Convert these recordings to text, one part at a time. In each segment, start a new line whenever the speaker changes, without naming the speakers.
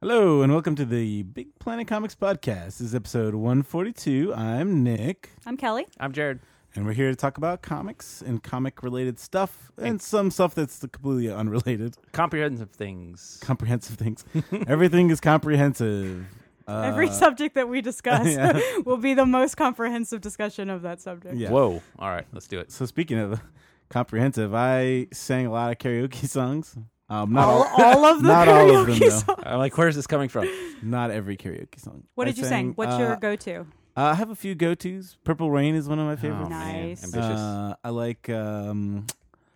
Hello and welcome to the Big Planet Comics podcast. This is episode 142. I'm Nick,
I'm Kelly.
I'm Jared.
and we're here to talk about comics and comic related stuff and some stuff that's completely unrelated.
Comprehensive things.
Comprehensive things. Everything is comprehensive. Uh,
Every subject that we discuss
yeah.
will be the most comprehensive discussion of that subject.
Yeah.
Whoa. All right, let's do it.
So speaking of comprehensive, I sang a lot of karaoke songs. Um, not
All,
all,
all of the
Not all of them,
karaoke
though.
songs.
I'm like, where's this coming from?
not every karaoke song.
What
I
did you sing? What's
uh,
your go-to?
I have a few go tos. Purple Rain is one of my favorites.
Nice.
Oh, ambitious.
Uh, I like um,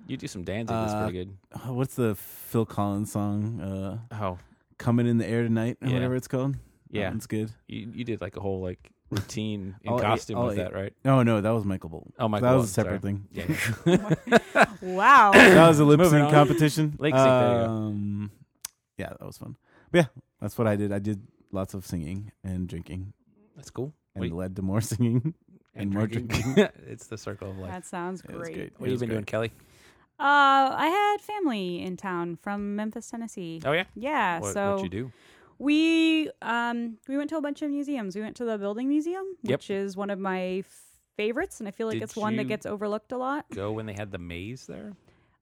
you do some dancing. That's
uh,
pretty good.
oh, what's the Phil Collins song? Uh,
Oh,
Coming in the air tonight, or
Yeah.
whatever it's called.
yeah.
it's good.
You, you did like a whole like routine in
All eight-
costume
all
with
eight.
that, right?
No, no, that was Michael Bolton.
Oh, Michael
that
Bolton,
was a separate
sorry.
thing.
Yeah. yeah.
Wow.
That was a lip
Moving
sync
on.
competition.
Lip sync, there you go.
Um, yeah, that was fun. But yeah, that's what I did. I did lots of singing and drinking,
That's cool.
and
Wait,
led to more singing. and more
it's the circle of life.
that sounds
It was
great.
great.
What have
It
you
was
been
great.
doing, Kelly?
Uh, I had family in town from Memphis, Tennessee.
Oh yeah.
Yeah,
What,
so
what you do?
we um we went to a bunch of museums. We went to the Building Museum,
Yep.
which is one of my favorites, and I feel like
Did
it's one that
you-
gets overlooked a lot.
Go when they had the maze there.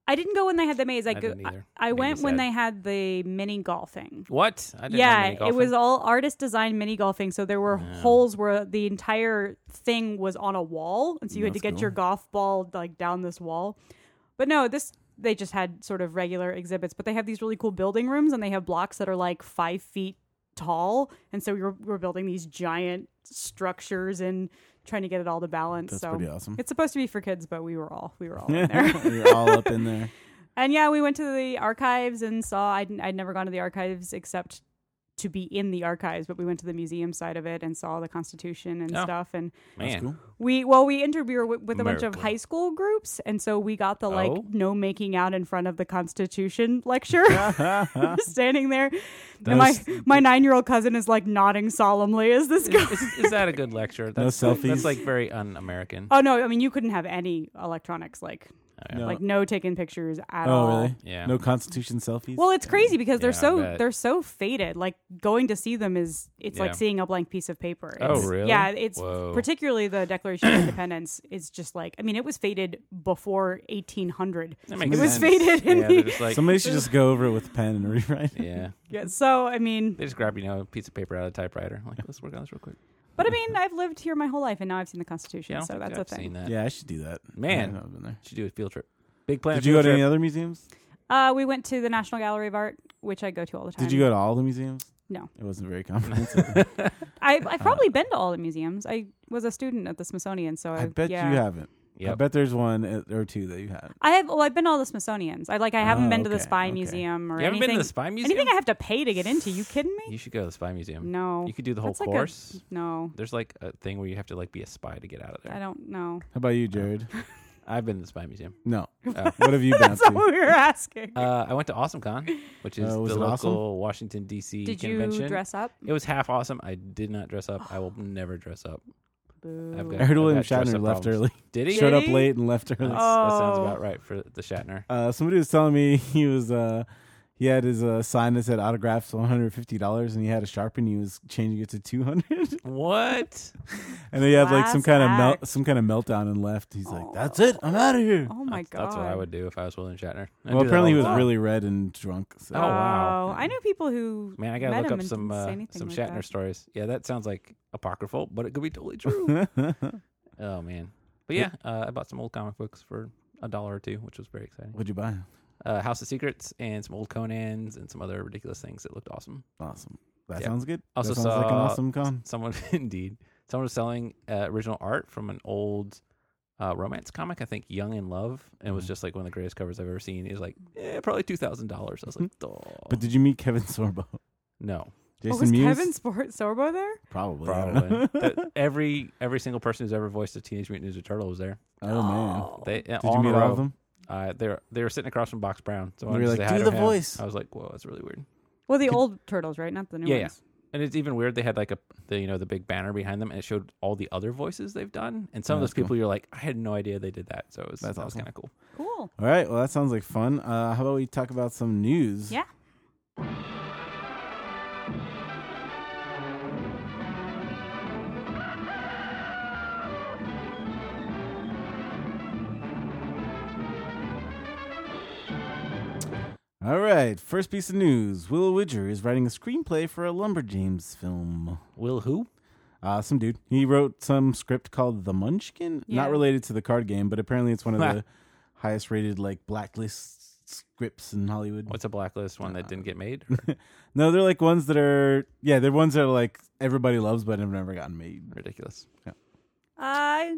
I didn't go when they had the maze. I,
I
go,
didn't either.
I,
Made
I
me
went when
sad.
they had the mini golfing.
What? I didn't know mini
Yeah, it
golfing.
was all artist designed mini golfing. So there were holes where the entire thing was on a wall, and so you had to
That's
get
cool.
your golf ball like down this wall. But no, this they just had sort of regular exhibits, but they have these really cool building rooms, and they have blocks that are like five feet tall, and so we were, we were building these giant structures and trying to get it all to balance.
That's
so
pretty awesome.
it's supposed to be for kids, but we were all we were all in there.
You're all up in there.
And yeah, we went to the archives and saw. I'd, I'd never gone to the archives except to be in the archives, but we went to the museum side of it and saw the Constitution and
Oh.
stuff. And
man.
cool.
we, well, we inter we were with, with a bunch of
America.
high school groups, and so we got the like
Oh.
no making out in front of the Constitution lecture. Standing there, and my
That's-
my nine year old cousin is like nodding solemnly as this goes.
Is, is that a good lecture? That's,
selfies.
That's like very un-American.
Oh no! I mean, you couldn't have any electronics, like
No.
like no taking pictures at
oh,
all.
really?
Yeah.
No Constitution selfies.
Well, it's crazy because they're
Yeah, I
so
bet.
they're so faded. Like going to see them is it's
Yeah.
like seeing a blank piece of paper.
Oh,
It's-
really?
Yeah, it's
Whoa.
particularly the Declaration of Independence is just like I mean it was faded before 1800.
That
It
makes
was
sense.
faded in
Yeah, they're
the
just like,
Somebody should just go over it with a pen and rewrite. it.
yeah.
yeah, so I mean,
They just grab, you know, a piece of paper out of a typewriter. Like, let's work on this real quick.
but I mean I've lived here my whole life and now I've seen the Constitution,
Yeah, I don't
so
think
that's
I've
a
seen
thing.
that.
Yeah, I should do that.
Man.
Yeah, I've been there.
Should do a field trip. Big plan.
Did you go to any other museums?
Uh, we went to the National Gallery of Art, which I go to all the time.
Did you go to all the museums?
No.
It wasn't very comprehensive.
I,
Uh,
I've probably been to all the museums. I was a student at the Smithsonian, so I,
I bet
yeah.
you haven't. I
Yep.
bet there's one uh, or two that you haven't.
I have. Well, I've been to all the Smithsonians. I like. I haven't
Oh,
been to the
okay,
Spy
okay.
Museum or
You haven't been
anything.
to the Spy Museum?
Anything I have to pay to get into? You kidding me?
You should go to the Spy Museum.
No.
You could do the whole
That's like a-
course.
no,
There's like a thing where you have to like be a spy to get out of
I
there.
don't know.
How about you, Jared?
I've been to the Spy Museum.
No.
Oh.
What have you been up
That's
to?
what we were asking.
Uh, I went to AwesomeCon, which is
Uh, was
the
it
local
awesome?
Washington D.C.
Did
convention.
you dress up?
It was half awesome. I did not dress up. I will never dress up. I've
Boo.
got,
I heard
I've
William
got dress
Shatner
up
left
problems.
early.
Did he?
Showed up
he?
late and left early.
That's- That sounds
Oh.
about right for the Shatner.
Uh, somebody was telling me he was uh, he had his uh, sign that said autographs one hundred fifty dollars, and he had a sharpie and he was changing it to two hundred.
What?
Oh
and then he had like some
Class
kind of melt
act.
some kind of meltdown and left. He's like, "That's it, I'm out of here."
Oh my god.
That's what I would do if I was William Shatner. I'd
well,
do that
apparently he
all
was
the time.
really red and drunk. So.
Oh, wow.
Oh, I know people who.
Man, I gotta
met
look
him
up
and
some
didn't say
uh,
anything
some
like
Shatner
that.
stories. Yeah, that sounds like apocryphal, but it could be totally true. oh man, but yeah, uh, I bought some old comic books for a dollar or two, which was very exciting.
What'd you buy?
Uh, House of Secrets and some old Conan's and some other ridiculous things that looked awesome.
Awesome. That
Yeah.
sounds good.
Also
that sounds like an
saw-
awesome con.
Someone indeed, someone was selling uh, original art from an old uh, romance comic. I think Young in Love, and it
Mm.
was just like one of the greatest covers I've ever seen. It was like eh, probably two thousand dollars. I was like, Duh.
Mm-hmm. But did you meet Kevin Sorbo?
no,
Jason
oh, was
Mewes?
Kevin Sport- Sorbo there?
Probably. I don't know.
probably That- every every single person who's ever voiced a Teenage Mutant Ninja Turtle was there.
oh man.
They
Did you
in
meet
a
all
row.
of them?
Uh, they were they were sitting across from Box Brown. So I
And
wanted
you're
to
like,
say hi
"Do
to
the
him."
voice."
I was like, whoa, that's really weird.
Well, the
Could-
old turtles, right? Not the new
Yeah, yeah.
ones.
And it's even weird. They had like a the, you know the big banner behind them, and it showed all the other voices they've done. And some
Yeah,
of those
Oh, that's cool.
people, you're like, I had no idea they did that. So it was
That's
that was
awesome.
kind of cool.
Cool.
All right. Well, that sounds like fun. Uh, how about we talk about some news?
Yeah.
All right. First piece of news: Will Widger is writing a screenplay for a Lumberjanes film.
Will who?
Uh, some dude. He wrote some script called The Munchkin,
Yeah.
not related to the card game, but apparently it's one of the highest rated like blacklist scripts in Hollywood.
What's a blacklist one
Uh,
that didn't get made?
No, they're like ones that are yeah, they're ones that are like everybody loves but have never gotten made.
Ridiculous.
I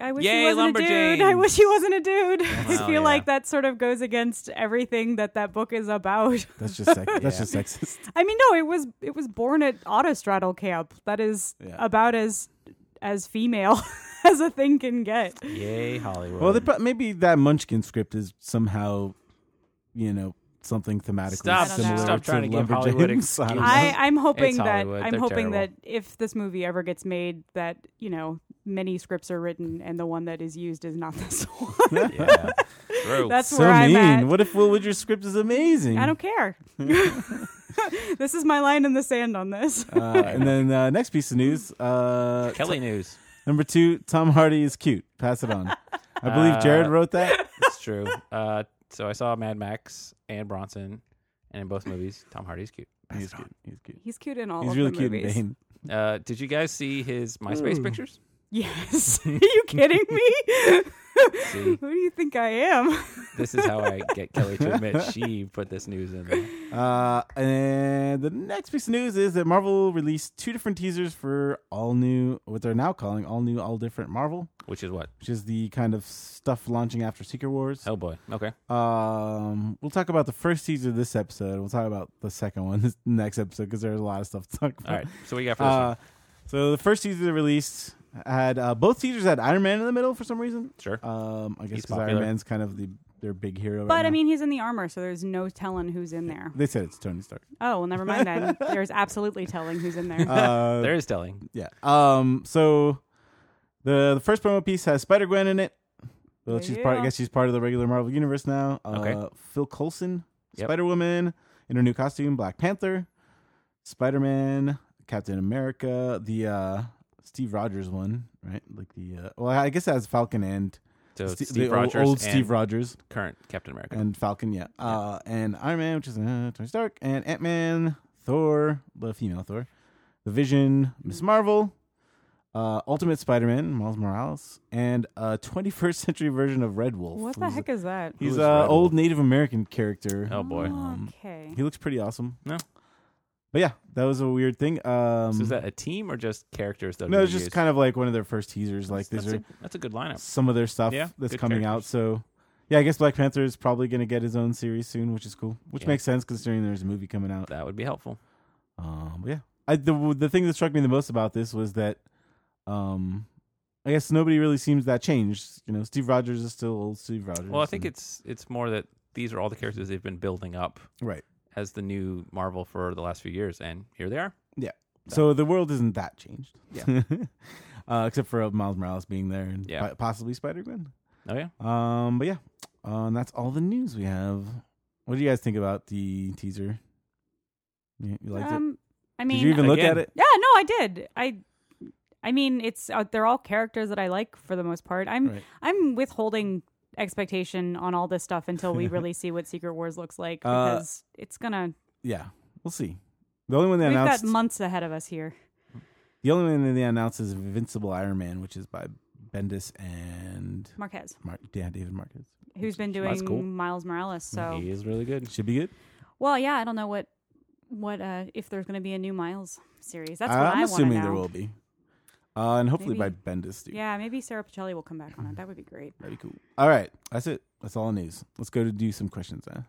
I wish
Yay,
he wasn't a dude. I wish he
Lumberjanes.
wasn't a dude. I just
Well,
feel
yeah.
like that sort of goes against everything that that book is about.
That's just sex-
Yeah.
that's just sexist.
I mean, no, it was it was born at autostraddle camp. That is
Yeah.
about as as female as a thing can get.
Yay, Hollywood.
Well, they pro- maybe that Munchkin script is somehow, you know, something thematically
Stop-
similar
stop
to
trying to give
Lumberjanes.
Hollywood
I don't know.
I,
excuses.
I'm hoping
It's
that
Hollywood.
I'm
They're
hoping
terrible.
that if this movie ever gets made, that you know many scripts are written and the one that is used is not this one.
yeah. True.
That's
so
where I'm
mean.
at.
What if Will Widger's script is amazing?
I don't care. this is my line in the sand on this.
uh, and then uh, next piece of news, uh,
Kelly news.
number two, Tom Hardy is cute. Pass it on. I believe Jared
Uh,
wrote that.
It's true. Uh, so I saw Mad Max and Bronson, and in both movies, Tom Hardy's cute. Pass
He's
it on.
cute. He's cute.
He's cute in all
He's
of
really
the
cute
movies.
and vain.
Uh, did you guys see his MySpace pictures?
Yes. Are you kidding me?
See?
Who do you think I am?
This is how I get Kelly to admit she put this news in there.
Uh, and the next piece of news is that Marvel released two different teasers for all new, what they're now calling all new, all different Marvel,
Which is what?
which is the kind of stuff launching after Secret Wars.
Oh boy. Okay.
Um, we'll talk about the first teaser this episode. We'll talk about the second one this next episode because there's a lot of stuff to talk about.
All right. So what you got for this
Uh,
one?
so the first teaser they released had uh, both teasers had Iron Man in the middle for some reason.
Sure.
Um, I guess
He's
because Iron
popular.
Man's kind of the their big hero. right
But
now.
I mean, he's in the armor, so there's no telling who's in there.
they said it's Tony Stark.
Oh, well, never mind then. There's absolutely telling who's in there.
Uh,
there is telling.
Yeah. Um. So the the first promo piece has Spider Gwen in it. Well,
There
she's
you
part. I
go.
guess she's part of the regular Marvel universe now. Uh,
Okay.
Phil Coulson,
Yep.
Spider Woman in her new costume, Black Panther, Spider Man, Captain America, the uh, Steve Rogers one, right? Like the uh, well, I guess that's Falcon and
So
Ste-
Steve,
the o-
Rogers, and
old, Steve Rogers
current Captain America.
and Falcon, yeah. Uh, and Iron Man, which is uh, Tony Stark, and Ant Man, Thor, the female Thor, the Vision, Miss
Mm-hmm.
Marvel, uh, Ultimate Spider Man, Miles Morales, and a 21st century version of Red Wolf.
what the
who's-
heck is that?
He's
Who's Red
an
Wolf?
old Native American character.
Oh boy.
Okay.
He looks pretty awesome.
No.
But yeah, that was a weird thing. Um,
so is that a team or just characters that
no, it's just kind of like one of their first teasers. Like
that's,
these are
a, that's a good lineup.
some of their stuff
Yeah,
that's
good
coming out. So, yeah, I guess Black Panther is probably going to get his own series soon, which is cool. Which
Yeah.
makes sense considering there's a movie coming out.
That would be helpful.
Um, but yeah, I, the the thing that struck me the most about this was that, um, I guess nobody really seems that changed. You know, Steve Rogers is still old Steve Rogers.
Well, I think
and-
it's it's more that these are all the characters they've been building up
right.
as the new Marvel for the last few years, and here they are.
So the world isn't that changed.
Yeah.
uh, except for uh, Miles Morales being there and
Yeah.
po- possibly Spider Gwen.
Oh yeah.
Um, but yeah, uh, and that's all the news we have. What do you guys think about the teaser? You, you liked it?
Um, I
Did
mean,
you even look at
Again.
it?
Yeah, no, I did. I, I mean, it's uh, they're all characters that I like for the most part. I'm
Right.
I'm withholding expectation on all this stuff until we really see what Secret Wars looks like
Uh,
because it's gonna.
Yeah, we'll see. The only one they
We've got
announced,
months ahead of us here.
the only one that they announced is Invincible Iron Man, which is by Bendis and
Marquez,
Mark, yeah, David Marquez.
who's been
That's
doing
cool.
Miles Morales, so
He is really good.
Should be good.
well, yeah. I don't know what what uh if there's gonna be a new Miles series. That's what
I'm
I want to
assuming
know.
there will be. Uh, and hopefully
Maybe.
by Bendis, dude.
Yeah, maybe Sarah Pacelli will come back on it. That would be great.
That'd be cool. All right. That's it. That's all the news. Let's go to do some questions then.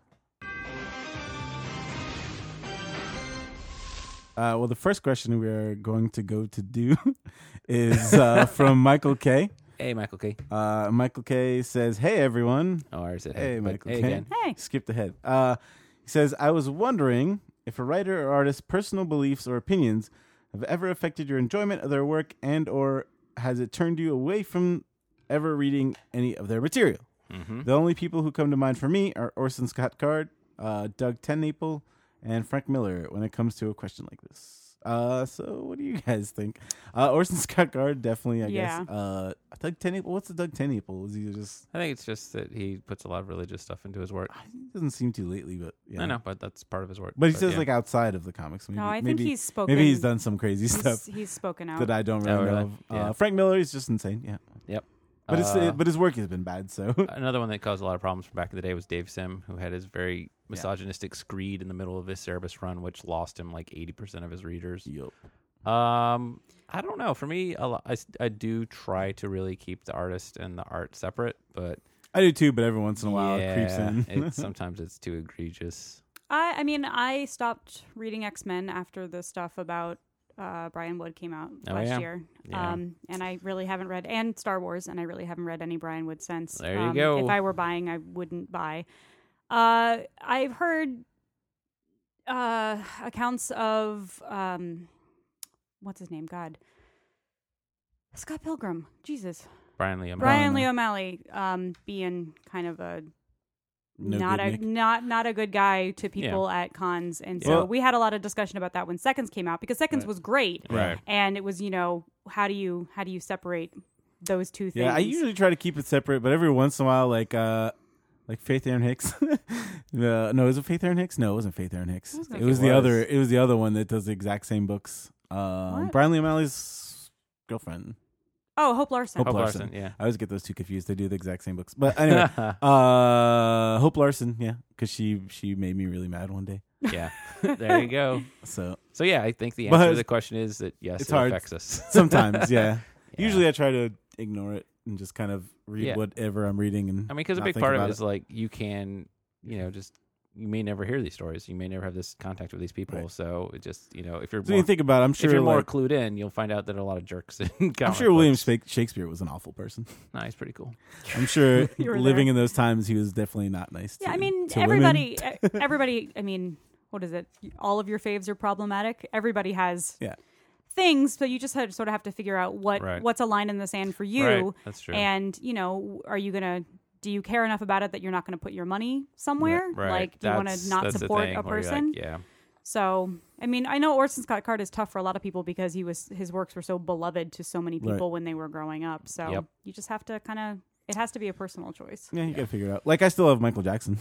Uh, well, the first question we're going to go to do is uh, from Michael K.
Hey, Michael K.
Uh, Michael K says, Hey, everyone.
Oh, I said
Hey,
hey, but-
Michael
Hey
K.
again.
Hey,
Skipped ahead. Uh, he says, I was wondering if a writer or artist's personal beliefs or opinions have ever affected your enjoyment of their work and or has it turned you away from ever reading any of their material?
Mm-hmm.
The only people who come to mind for me are Orson Scott Card, uh, Doug Tennaple, and Frank Miller when it comes to a question like this. Uh, so what do you guys think? Uh, Orson Scott Card, definitely, I guess. Uh, Doug Tennaple, what's the Doug Tennaple? Is he just,
I think it's just that he puts a lot of religious stuff into his work.
he doesn't seem to lately, but yeah.
I know, but that's part of his work.
But he says
yeah.
like outside of the comics. Maybe,
no, I think
maybe,
he's spoken.
maybe he's done some crazy
He's,
stuff
he's spoken out.
that I don't really
Oh,
know.
really?
Of.
Yeah.
Uh, Frank Miller is just insane. Yeah, but it's
Uh,
but his work has been bad. So
another one that caused a lot of problems from back in the day was Dave Sim, who had his very misogynistic screed in the middle of his Cerebus run, which lost him like eighty percent of his readers. Um, I don't know. For me, a lot, I, s- I do try to really keep the artist and the art separate, but
I do too. But every once in a while, it creeps
yeah,
in.
it- sometimes it's too egregious.
I, I mean, I stopped reading X Men after the stuff about uh, Brian Wood came out
Oh,
last
yeah.
year,
Yeah.
um, and I really haven't read and Star Wars, and I really haven't read any Brian Wood since.
There you
um,
go.
If I were buying, I wouldn't buy. Uh, I've heard uh, accounts of um, what's his name? God, Scott Pilgrim. Jesus,
Brian Lee, O'Malley.
Brian
O'Malley.
Lee O'Malley um, being kind of a
No
not
good
a
Nick.
not not a good guy to people at cons, and so
Yeah.
we had a lot of discussion about that when Seconds came out because Seconds
Right.
was great,
Right.
and it was you know how do you how do you separate those two things?
Yeah, I usually try to keep it separate, but every once in a while, like uh, like Faith Aaron Hicks. uh, no, is it Faith Aaron Hicks? No, it wasn't Faith Aaron Hicks.
I was
It
gonna
was
say-
the
It was.
other. It was the other one that does the exact same books. Um,
What?
Brian Lee O'Malley's girlfriend.
oh Hope Larson.
Hope
Hope
Larson.
Larson. yeah.
I always get those two confused. They do the exact same books, but anyway. uh, Hope Larson, yeah, because she she made me really mad one day.
yeah, there you go.
So
So yeah, I think the
But
answer to
it's-
the question is that yes,
it's
it
hard.
affects us.
sometimes, yeah.
Yeah.
Usually, I try to ignore it and just kind of read
Yeah.
whatever I'm reading. And
I mean, because a
not
big
think
part of
about
it is like you can, you know, just you may never hear these stories. You may never have this contact with these people.
Right.
So it just, you know, if you're
So
more,
you think about, it, I'm sure
if you're more
like,
clued in, you'll find out that a lot of jerks. In
I'm
comic
sure William
books.
Shak- Shakespeare was an awful person.
Nah, he's pretty cool.
I'm sure
You were
living
there.
in those times, he was definitely not nice.
Yeah,
to-
I mean
to women.
everybody e- everybody. I mean, what is it? All of your faves are problematic. Everybody has
Yeah.
things, but you just had, sort of have to figure out what
Right.
what's a line in the sand for you.
Right, that's true.
and you know are you gonna do you care enough about it that you're not gonna put your money somewhere
right.
like do you want
That's-
to not
that's the
support
thing
a
where you're
person
Like, yeah,
so i mean i know orson scott card is tough for a lot of people because he was his works were so beloved to so many
Right.
people when they were growing up so
Yep.
you just have to kind of it has to be a personal choice
yeah, you gotta figure it out. Like I still have Michael Jackson,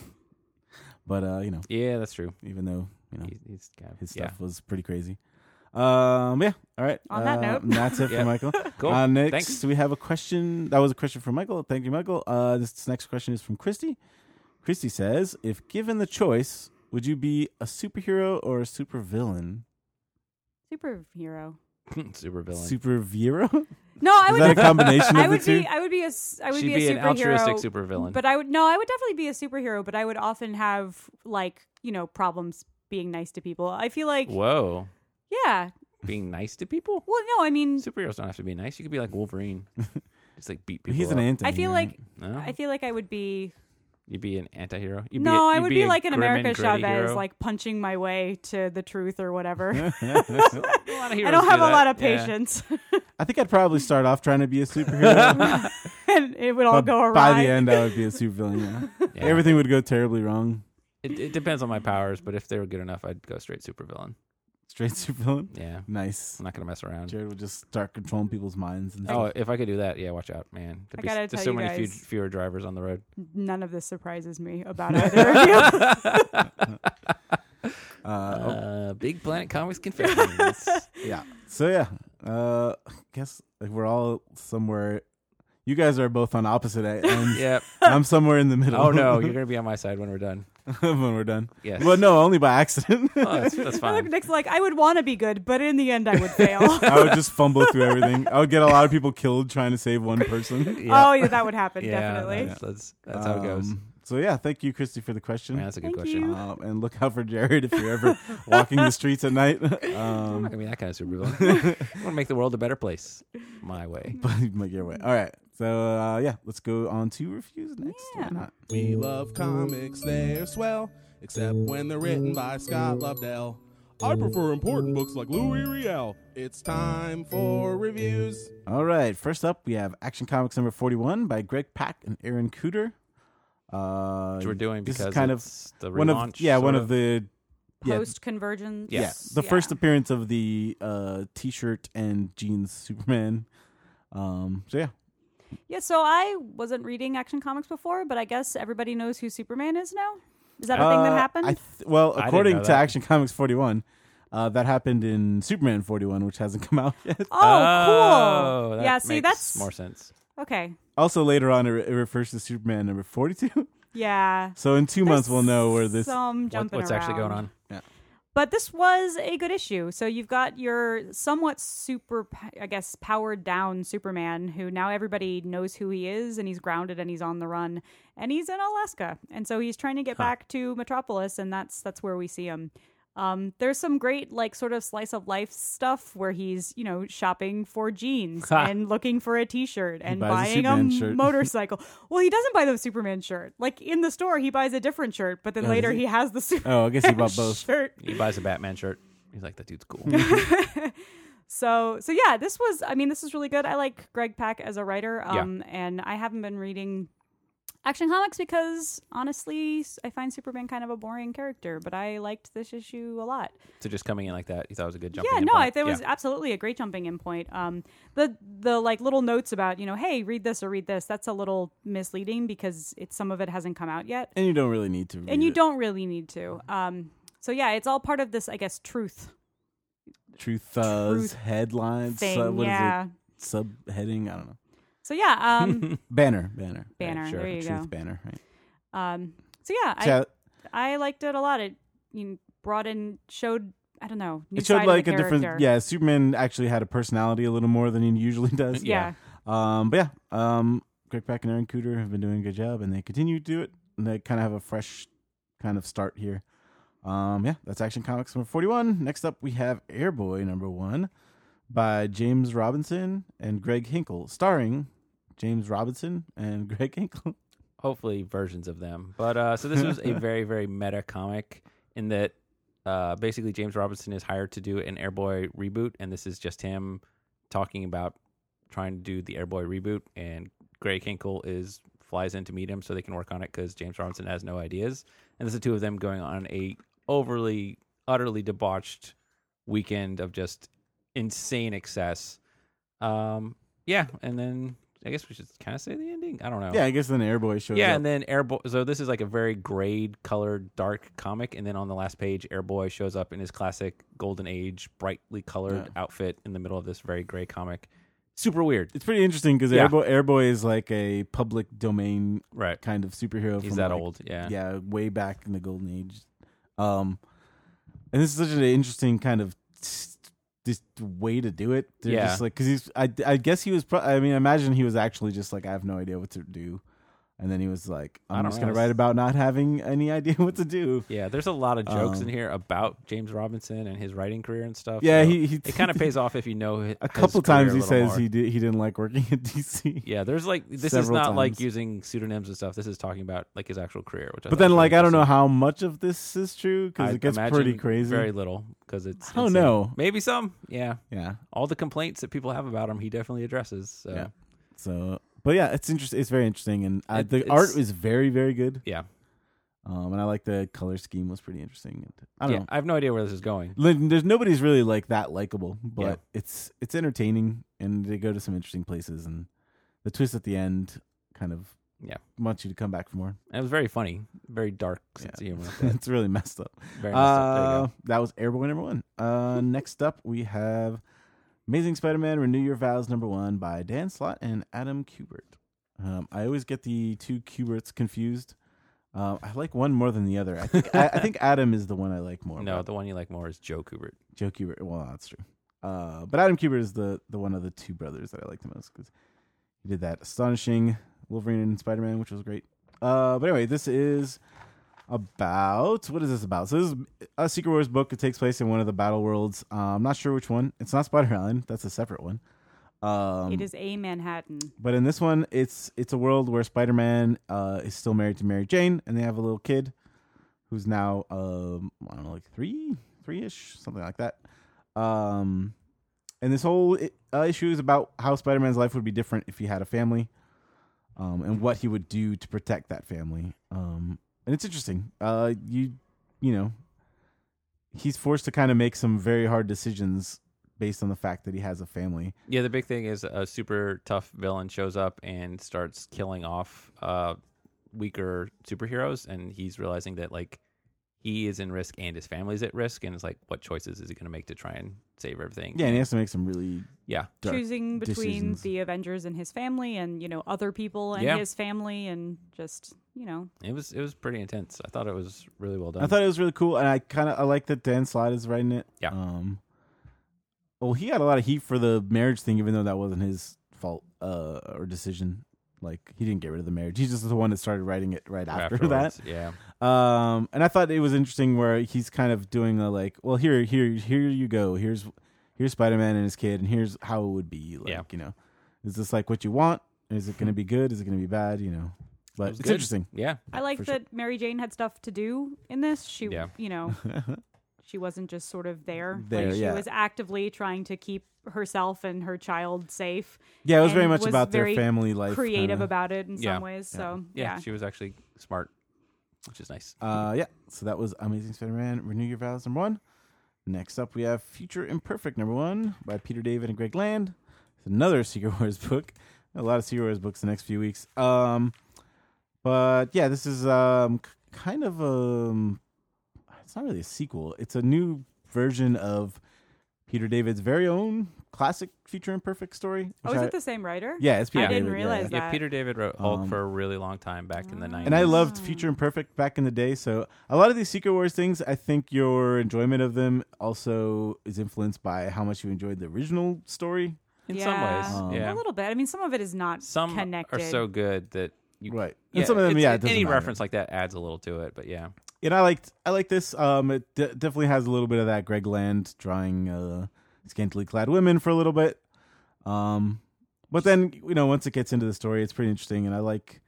but uh, you know,
yeah, that's true.
even though you know
He's, he's kind of
his
yeah.
stuff was pretty crazy. Um, yeah. All right.
On that
Um,
note.
that's it for
Yeah.
Michael.
Cool.
Uh, next,
Thanks.
we have a question. That was a question from Michael. Thank you, Michael. Uh, this, this next question is from Christy. Christy says, "If given the choice, would you be a superhero or a supervillain?
superhero
Super villain.
Superhero?
no i
Is
would
that a
def-
combination of
I
the
would be
two?
I would be a s- I would
She'd
be,
be,
a
an altruistic
superhero
super villain.
But I would no, I would definitely be a superhero, but I would often have like, you know, problems being nice to people. I feel like
Whoa,
yeah.
being nice to people.
Well, no, I mean
Superheroes don't have to be nice. You could be like Wolverine, just like beat people.
He's an
up.
anti.
I feel like
No?
I feel like I would be
You'd be an anti-hero. You'd
no,
be a,
I
you'd
would
be,
be
a
like an
grim and
America
gritty
Chavez,
hero.
like punching my way to the truth or whatever.
I
a lot of
I
heroes
don't
do
have a
that.
lot of
Yeah.
patience,
think I'd probably start off trying to be a superhero.
and it would all
but
go awry.
by the end, I would be a supervillain. Yeah.
Yeah.
Everything would go terribly wrong.
It, it depends on my powers, but if they were good enough, I'd go straight supervillain.
Straight supervillain.
Yeah,
Nice.
I'm not gonna mess around.
Jared would just start controlling people's minds. And
Mm. Oh, if I could do that, yeah, watch out, man. There'd
I
be,
gotta
there's
tell
so
you
many few,
guys-
fewer drivers on the road.
None of this surprises me about either of you.
uh,
Uh, Big Planet Comics confessions.
oh, yeah. So yeah, uh, I guess like, we're all somewhere You guys are both on opposite ends.
Yep.
I'm somewhere in the middle.
Oh no, you're gonna be on my side when we're done.
when we're done.
Yes.
Well, no, only by accident.
Oh, that's, that's fine.
Nick's like, I would want to be good, but in the end, I would fail.
I would just fumble through everything. I would get a lot of people killed trying to save one person.
Oh, yeah, that would happen,
Yeah,
definitely.
That's, that's, that's how it goes.
Um, so yeah, thank you, Christy, for the question.
Man, that's a good
Thank
question.
you.
Um, and look out for Jared if you're ever walking the streets at night.
I'm
Um,
not gonna be that kind of supervillain. I want to make the world a better place my way.
but make your way. All right. So uh, yeah, let's go on to reviews next.
Yeah.
Why not?
We love comics, they're swell, except when they're written by Scott Lobdell. I prefer important books like Louis Riel. It's time for reviews.
All right. First up, we have Action Comics number 41 by Greg Pak and Aaron Cooter. Uh,
Which we're doing
this is
because
kind of
it's the relaunch.
one of yeah,
sort
one of the yeah,
Post convergence.
Yes.
yeah, the first appearance of the uh, t-shirt and jeans Superman. Um, so yeah,
Yeah, so I wasn't reading Action Comics before, but I guess everybody knows who Superman is now. Is that a thing that
Uh,
happened?
I th- well,
I didn't
according
know
to
that.
Action Comics 41, uh, that happened in Superman 41, which hasn't come out yet.
oh,
Oh,
cool.
that
Yeah, see,
makes
that's
more sense.
okay.
Also, later on, it, re- it refers to Superman number 42.
Yeah.
so in two months, we'll know where this.
Some
What,
jumping
what's actually going
around.
on?
But this was a good issue. So you've got your somewhat super, I guess, powered down Superman, who now everybody knows who he is, and he's grounded and he's on the run, and he's in Alaska, and so he's trying to get back to Metropolis, and that's that's where we see him. Um, there's some great like sort of slice of life stuff where he's you know shopping for jeans
Ha.
and looking for a T-shirt and
buys a
buying
Superman
a
shirt.
motorcycle. well, he doesn't buy the Superman shirt. Like in the store, he buys a different shirt, but then
Oh, does
later
he?
he? has the Superman
Oh, I guess he bought both.
shirt.
He buys a Batman shirt. He's like, that dude's cool.
So so yeah, this was I mean, this is really good. I like Greg Pak as a writer.
Yeah.
Um and I haven't been reading action comics because honestly, s- I find Superman kind of a boring character, but I liked this issue a lot.
so just coming in like that, you thought it was a good jumping.
yeah,
in
no,
point.
I think it was
Yeah.
absolutely a great jumping in point. Um the the like little notes about, you know, hey, read this or read this, that's a little misleading because it's some of it hasn't come out yet.
And you don't really need to. read
And you
it.
don't really need to. Um so yeah, it's all part of this, I guess, truth
truth, uh,
Truth
uh,
headlines.
thing.
sub- what is
yeah.
it? Subheading. I don't know.
So yeah, um
Banner. Banner.
banner.
sure.
There you
truth
go.
banner. Right.
Um, so yeah, I,
So
I liked it a lot. It you know, brought in showed I don't know new
it showed
side
like
of
a
the
different.
character.
Yeah, Superman actually had a personality a little more than he usually does.
yeah.
Um, but yeah, um, Greg Pack and Aaron Cooter have been doing a good job, and they continue to do it. And they kind of have a fresh kind of start here. Um, yeah, that's Action Comics number forty-one. Next up, we have Airboy number one by James Robinson and Greg Hinkle, starring James Robinson and Greg Hinkle.
hopefully versions of them. But uh, so this was a very very meta comic in that uh, basically James Robinson is hired to do an Airboy reboot, and this is just him talking about trying to do the Airboy reboot, and Greg Hinkle is flies in to meet him so they can work on it because James Robinson has no ideas, and this is two of them going on a overly utterly debauched weekend of just insane excess. Um, yeah, and then. I guess we should kind of say the ending. I don't know.
Yeah, I guess then Airboy shows
Yeah,
up.
and then Airboy. So this is like a very grade colored dark comic, and then on the last page, Airboy shows up in his classic Golden Age, brightly colored outfit in the middle of this very gray comic. Super weird,
it's pretty interesting because
Yeah.
Airboy, Airboy is like a public domain
right?
kind of superhero.
He's
from
that
like
old, yeah.
yeah, way back in the golden age. Um, and this is such an interesting kind of s- this way to do it. They're
Yeah.
just like because he's I I guess he was pro- I mean I imagine he was actually just like I have no idea what to do, and then he was like
I
I'm
don't
just
know.
gonna write about not having any idea what to do.
Yeah, there's a lot of jokes
Um,
in here about James Robinson and his writing career and stuff.
Yeah,
so
he, he
it kind of pays off if you know. hi-
a
his
couple
career
times
a
he
little
says
more.
he did he didn't like working at DC.
Yeah, there's like this is
Several
not like
times.
using pseudonyms and stuff. This is talking about like his actual career, which.
But then, like, I don't know how much of this is true because it gets pretty crazy.
Very little because it's.
I don't
insane.
know.
Maybe some. Yeah.
yeah,
all the complaints that people have about him, he definitely addresses. So.
Yeah. So, but yeah, it's interesting. It's very interesting, and uh,
It-
the
it's-
art is very, very good.
Yeah.
Um, and I like the color scheme was pretty interesting. And I don't
Yeah, I have no idea where this is going.
know. Like, There's nobody's really like that likable, but
Yeah.
it's it's entertaining, and they go to some interesting places, and the twist at the end kind of
Yeah.
wants you to come back for more.
And it was very funny, very dark
Yeah.
sense of humor.
it's really messed up.
Very messed up. There you
Uh, That was Airboy number one. Uh, next up, we have Amazing Spider Man Renew Your Vows number one by Dan Slott and Adam Kubert. Um, I always get the two Kuberts confused. Um, I like one more than the other. I think, I, I think Adam is the one I like more.
No,
but
the one you like more is Joe Kubert.
Joe Kubert. Well, that's true. Uh, but Adam Kubert is the, the one of the two brothers that I like the most because he did that astonishing Wolverine and Spider Man, which was great. Uh, but anyway, this is about what is this about? So this is a Secret Wars book. It takes place in one of the battle worlds. Uh, I'm not sure which one. It's not Spider Island. That's a separate one. Um,
it is a Manhattan.
But in this one, it's it's a world where Spider Man uh, is still married to Mary Jane, and they have a little kid who's now um, I don't know, like three, three ish, something like that. Um, and this whole i- uh, issue is about how Spider Man's life would be different if he had a family, um, and what he would do to protect that family. Um, and it's interesting. Uh, you you know, he's forced to kind of make some very hard decisions based on the fact that he has a family.
Yeah, the big thing is a super tough villain shows up and starts killing off uh, weaker superheroes, and he's realizing that like he is in risk and his family's at risk, and it's like, what choices is he going to make to try and save everything?
Yeah, and he has to make some really
yeah.
dark
Choosing between
decisions.
the Avengers and his family and, you know, other people and
Yeah.
his family and just, you know,
It was it was pretty intense. I thought it was really well done.
I thought it was really cool, and I kind of I like that Dan Slott is writing it.
Yeah.
Um. Well, he got a lot of heat for the marriage thing, even though that wasn't his fault uh, or decision. Like he didn't get rid of the marriage; he's just the one that started writing it right after
afterwards. yeah,
that. Um, and I thought it was interesting where he's kind of doing a like, well, here, here, here you go. Here's here's Spider Man and his kid, and here's how it would be. Like,
Yeah.
you know, is this like what you want? Is it going to be good? Is it going to be bad? You know, but
was
it's
good.
interesting.
yeah.
I like
for sure.
that Mary Jane had stuff to do in this. She,
Yeah.
you know, she wasn't just sort of there.
There,
like,
yeah.
She was actively trying to keep herself and her child safe.
Yeah, it was
and
very much
was
about
very
their family life.
creative
kinda.
about it in
Yeah.
some ways. So
yeah,
yeah,
She was actually smart, which is nice.
Uh, yeah. So that was Amazing Spider-Man: Renew Your Vows number one. Next up, we have Future Imperfect number one by Peter David and Greg Land. It's another Secret Wars book. A lot of Secret Wars books the next few weeks. Um, but yeah, this is um k- kind of um, it's not really a sequel. It's a new version of Peter David's very own classic Future Imperfect story.
oh,
which
is
I-
it the same writer?
yeah, it's
I
Peter
didn't
David, yeah.
realize
yeah,
that-
Peter David wrote Hulk
Um, Ah.
for a really long time back in the nineties.
And I loved Future Imperfect back in the day. So a lot of these Secret Wars things, I think your enjoyment of them also is influenced by how much you enjoyed the original story.
in
Yeah.
some
Um,
ways. Yeah,
A little bit. I mean, some of it is not
some
connected.
are so good that you
Right. And some of them,
it's-
yeah, it
it-
doesn't
any
matter.
reference like that adds a little to it. But yeah,
And I liked, I like this. Um, it de- definitely has a little bit of that Greg Land drawing uh, scantily clad women for a little bit. Um, but then you know, once it gets into the story, it's pretty interesting. And I like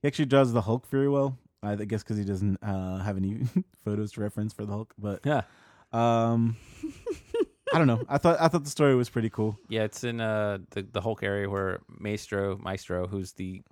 he actually draws the Hulk very well. I guess because he doesn't uh, have any photos to reference for the Hulk, but
yeah,
Um, I don't know. I thought I thought the story was pretty cool.
yeah. It's in uh the the Hulk area where Maestro Maestro, who's the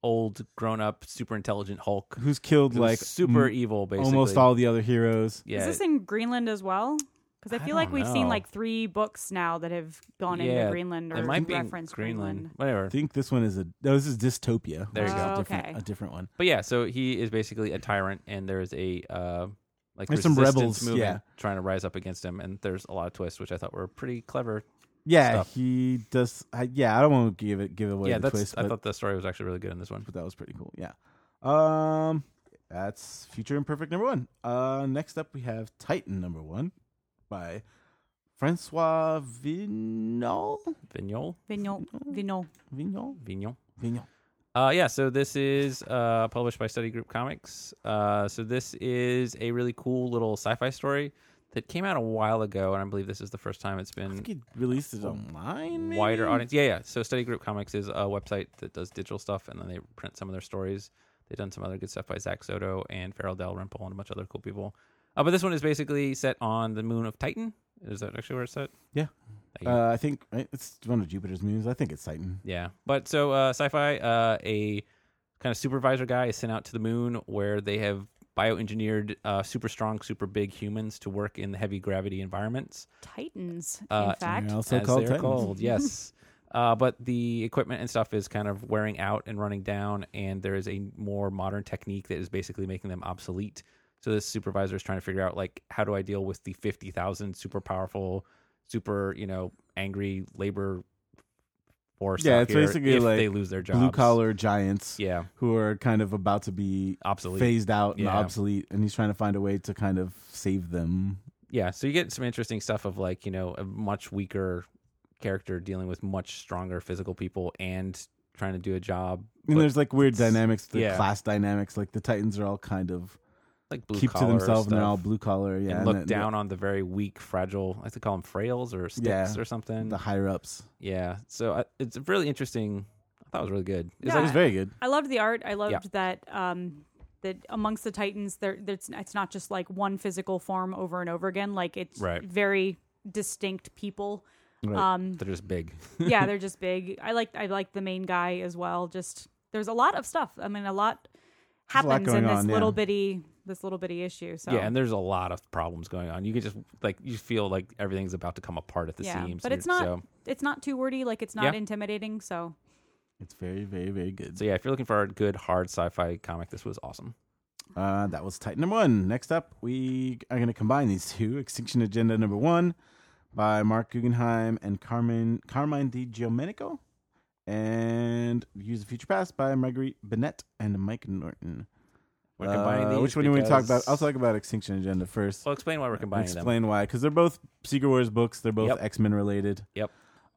old grown up super intelligent Hulk, who's
Who's killed like
super
m-
evil, basically
almost all the other heroes.
Yeah,
Is this in Greenland as well? Because I
I
feel like
don't
we've seen
know.
like three books now that have gone into
Yeah,
Greenland or
it might be in
referenced Greenland.
I
whatever.
think this one is a no, this is Dystopia.
There you
which
go.
is A
Oh,
different,
okay.
a different one.
But yeah, so he is basically a tyrant, and there's a uh, like
There's some
resistance
rebels,
movement
yeah.
trying to rise up against him, and there's a lot of twists, which I thought were pretty clever.
Yeah,
Stuff.
he does. I, yeah, I don't want to give it give away
yeah,
the
that's
twist,
I
but,
thought the story was actually really good in this one.
but that was pretty cool. Yeah. Um, that's Future Imperfect number one. Uh, next up we have Titan number one by Francois Vignon.
Vignol,
Vignon, Vignon.
Vignon.
Vignol.
Vignon.
Uh, yeah, so this is uh, published by Study Group Comics. Uh, so this is a really cool little sci-fi story that came out a while ago, and I believe this is the first time it's
I
been
think he released it online. Maybe?
wider audience. Yeah, yeah. So Study Group Comics is a website that does digital stuff, and then they print some of their stories. They've done some other good stuff by Zach Soto and Farrell Dalrymple and a bunch of other cool people. Uh, but this one is basically set on the moon of Titan. Is that actually where it's set?
Yeah.
Thank you.
Uh, I think right, it's one of Jupiter's moons. I think it's Titan.
Yeah. But so uh, sci fi, uh, a kind of supervisor guy is sent out to the moon where they have bioengineered uh, super strong, super big humans to work in the heavy gravity environments.
Titans, in
Uh,
fact.
They're also
as
called
they're
Titans. Mm-hmm.
called, yes. Uh, but the equipment and stuff is kind of wearing out and running down, and there is a more modern technique that is basically making them obsolete. So this supervisor is trying to figure out like, how do I deal with the fifty thousand super powerful, super you know angry labor force.
Yeah,
out
it's
here
basically
if
like
they lose their jobs.
Blue collar giants
Yeah,
who are kind of about to be
obsolete.
phased out
Yeah.
and obsolete, and he's trying to find a way to kind of save them.
yeah, so you get some interesting stuff of like you know a much weaker character dealing with much stronger physical people and trying to do a job.
And
but,
there's like weird dynamics, the
yeah.
class dynamics. Like the Titans are all kind of
like blue
keep to
collar
themselves, and they're
stuff.
all blue collar. Yeah,
and look
then the-
down on the very weak, fragile. I have to call them frails or sticks
Yeah,
or something.
the higher ups.
yeah, so I, it's a really interesting. I thought it was really good. It's
Yeah.
It was very good.
I loved the art. I loved that um that amongst the Titans there there's it's not just like one physical form over and over again. Like it's
Right.
very distinct people.
Right.
Um
They're just big.
yeah, they're just big. I like I like the main guy as well. Just there's a lot of stuff. I mean a lot
There's a lot
happens in
going
this
on, yeah.
little bitty this little bitty issue. So
Yeah, and there's a lot of problems going on. You can just like you feel like everything's about to come apart at the
Yeah,
seams.
but
and
it's
you're-
not-
So,
it's not too wordy, like it's not
Yeah.
intimidating, so
it's very, very, very good.
so yeah, if you're looking for a good hard sci-fi comic, this was awesome.
Uh, that was Titan number one. Next up, we are going to combine these two: Extinction Agenda number one by Mark Guggenheim and Carmen Carmine Di Giomenico, and Use the Future Past by Marguerite Bennett and Mike Norton.
We're combining
Uh,
these
which one do we talk about?
because-
I'll talk about Extinction Agenda first.
Well, explain why we're combining them.
Explain why, because they're both Secret Wars books. They're both
Yep.
X Men related.
Yep.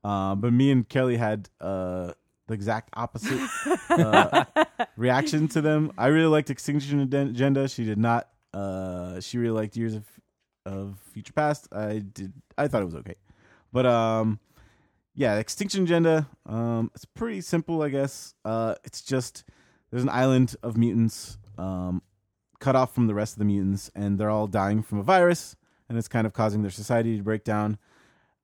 Uh, but me and Kelly had uh, the exact opposite uh, reaction to them. I really liked Extinction Aden- Agenda. She did not. Uh, she really liked Years of of Future Past. I did. I thought it was okay, but um, yeah, Extinction Agenda. Um, it's pretty simple, I guess. Uh, it's just there's an island of mutants. Um, cut off from the rest of the mutants, and they're all dying from a virus, and it's kind of causing their society to break down.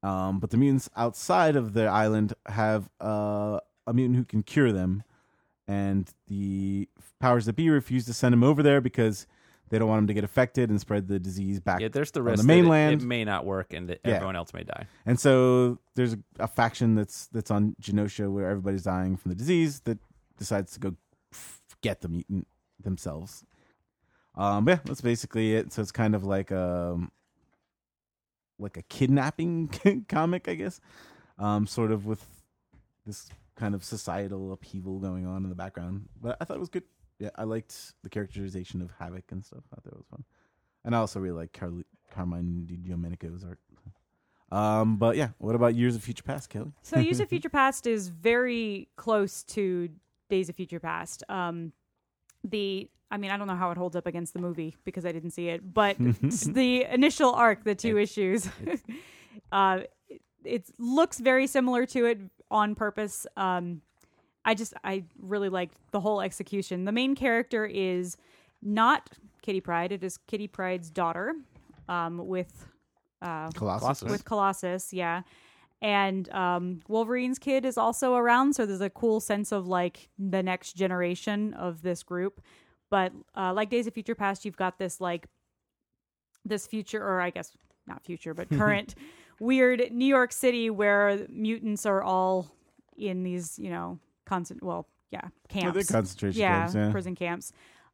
Um, but the mutants outside of the island have uh, a mutant who can cure them, and the powers that be refuse to send him over there because they don't want him to get affected and spread the disease back.
Yeah, there's the
on
risk
the
that it-
mainland.
It, may not work, and that
Yeah.
everyone else may die.
And so there's a, a faction that's that's on Genosha where everybody's dying from the disease that decides to go f- get the mutant themselves. Um, yeah, that's basically it. So it's kind of like um like a kidnapping comic, I guess. Um, sort of with this kind of societal upheaval going on in the background. But I thought it was good. Yeah, I liked the characterization of Havoc and stuff. I thought it was fun. And I also really like Carly, Carmine Di Giomenico's art. Um, but yeah, what about Years of Future Past, Kelly?
So Years of Future Past is very close to Days of Future Past. Um, the I mean, I don't know how it holds up against the movie because I didn't see it, but s- the initial arc, the two issues, uh, it, it looks very similar to it on purpose. Um, I just I really liked the whole execution. The main character is not Kitty Pride; it is Kitty Pride's daughter, um, with uh,
Colossus.
Colossus.
with Colossus, yeah. And um, Wolverine's kid is also around, so there's a cool sense of like the next generation of this group. But uh, like Days of Future Past, you've got this like this future, or I guess not future, but current weird New York City where mutants are all in these, you know, constant. Well, yeah,
Yeah, they're
camps
concentration
yeah,
camps. Yeah.
prison camps.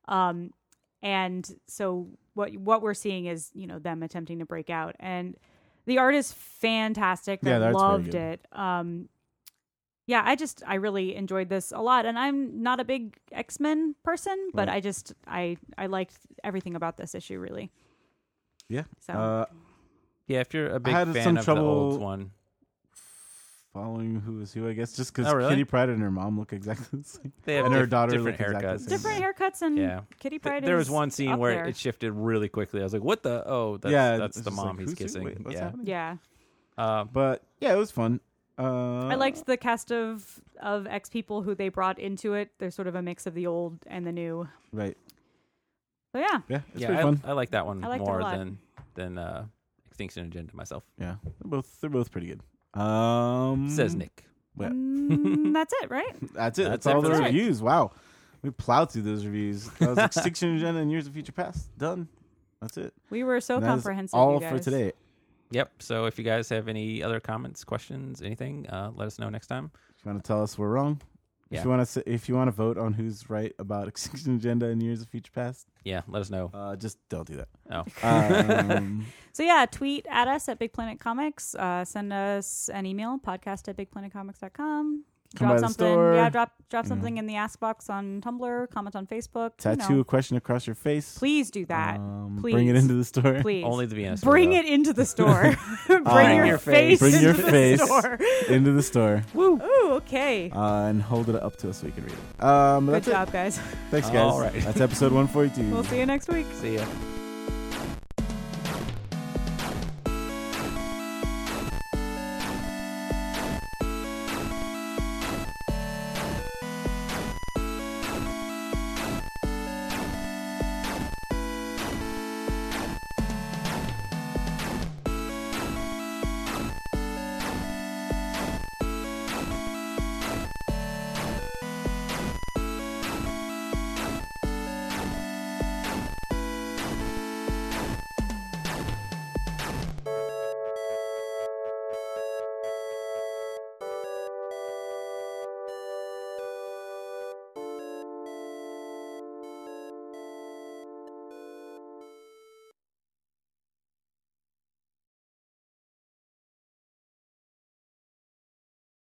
Um, and so what what we're seeing is you know them attempting to break out, and the art is fantastic.
Yeah, the
I
art's very
loved
good.
it. Um, yeah, I just I really enjoyed this a lot, and I'm not a big X Men person, but
Right.
I just I I liked everything about this issue really.
yeah.
So
Uh,
Yeah, if you're a big
had
fan
some
of the
trouble-
old one,
following who is who, I guess, just because
Oh, really?
Kitty Pride and her mom look exactly the same.
they have
And her
diff-
daughter
different
looked exactly the
haircuts.
same.
different haircuts and
Yeah.
Kitty
Th-
Pride.
there
is
was one scene
up
where
there.
it shifted really quickly. I was like, "What the? Oh, that's,
yeah,
that's
it's
the
just like,
mom he's
who's who?
kissing."
Wait, what's
yeah,
happening?
yeah,
uh,
But yeah, it was fun. Uh,
I liked the cast of of ex people who they brought into it. They're sort of a mix of the old and the new.
Right.
So yeah,
Yeah, it's
yeah,
pretty
I,
fun.
I like that one
I liked it a
more
lot.
than than uh, Extinction Agenda myself.
Yeah, they're both they're both pretty good. Um,
Says Nick.
Yeah.
Mm, that's it, right?
That's it.
That's
That's,
it
all
for
the
this week.
reviews. Wow, we plowed through those reviews. That was Extinction Agenda and Years of Future Past. Done. That's it.
We were so
That is
comprehensive.
all
you guys.
for today.
Yep. So if you guys have any other comments, questions, anything, uh, let us know next time.
If you want to tell us we're wrong,
Yeah.
if you want to, if you want to vote on who's right about Extinction Agenda and Years of Future Past,
Yeah, let us know.
uh, just don't do that.
Oh,
Um,
So yeah, tweet at us at Big Planet Comics. Uh, send us an email, podcast at bigplanetcomics.com.
Come by
drop
the
something.
store. Mm-hmm.
Yeah, drop drop something in the ask box on Tumblr, comment on Facebook. you know.
Tattoo a question across your face.
Please do that.
Um,
please.
Bring it into the store.
please.
Only the Vienna.
Bring it into the store. bring
Bring
your,
your
face.
Bring
into
your
the
face
store.
into the store.
Ooh, okay.
Uh, and hold it up to us so we can read it. Um,
Good
that's
job, guys.
it. Thanks, guys.
All right.
That's episode 142.
We'll see you next week.
See ya.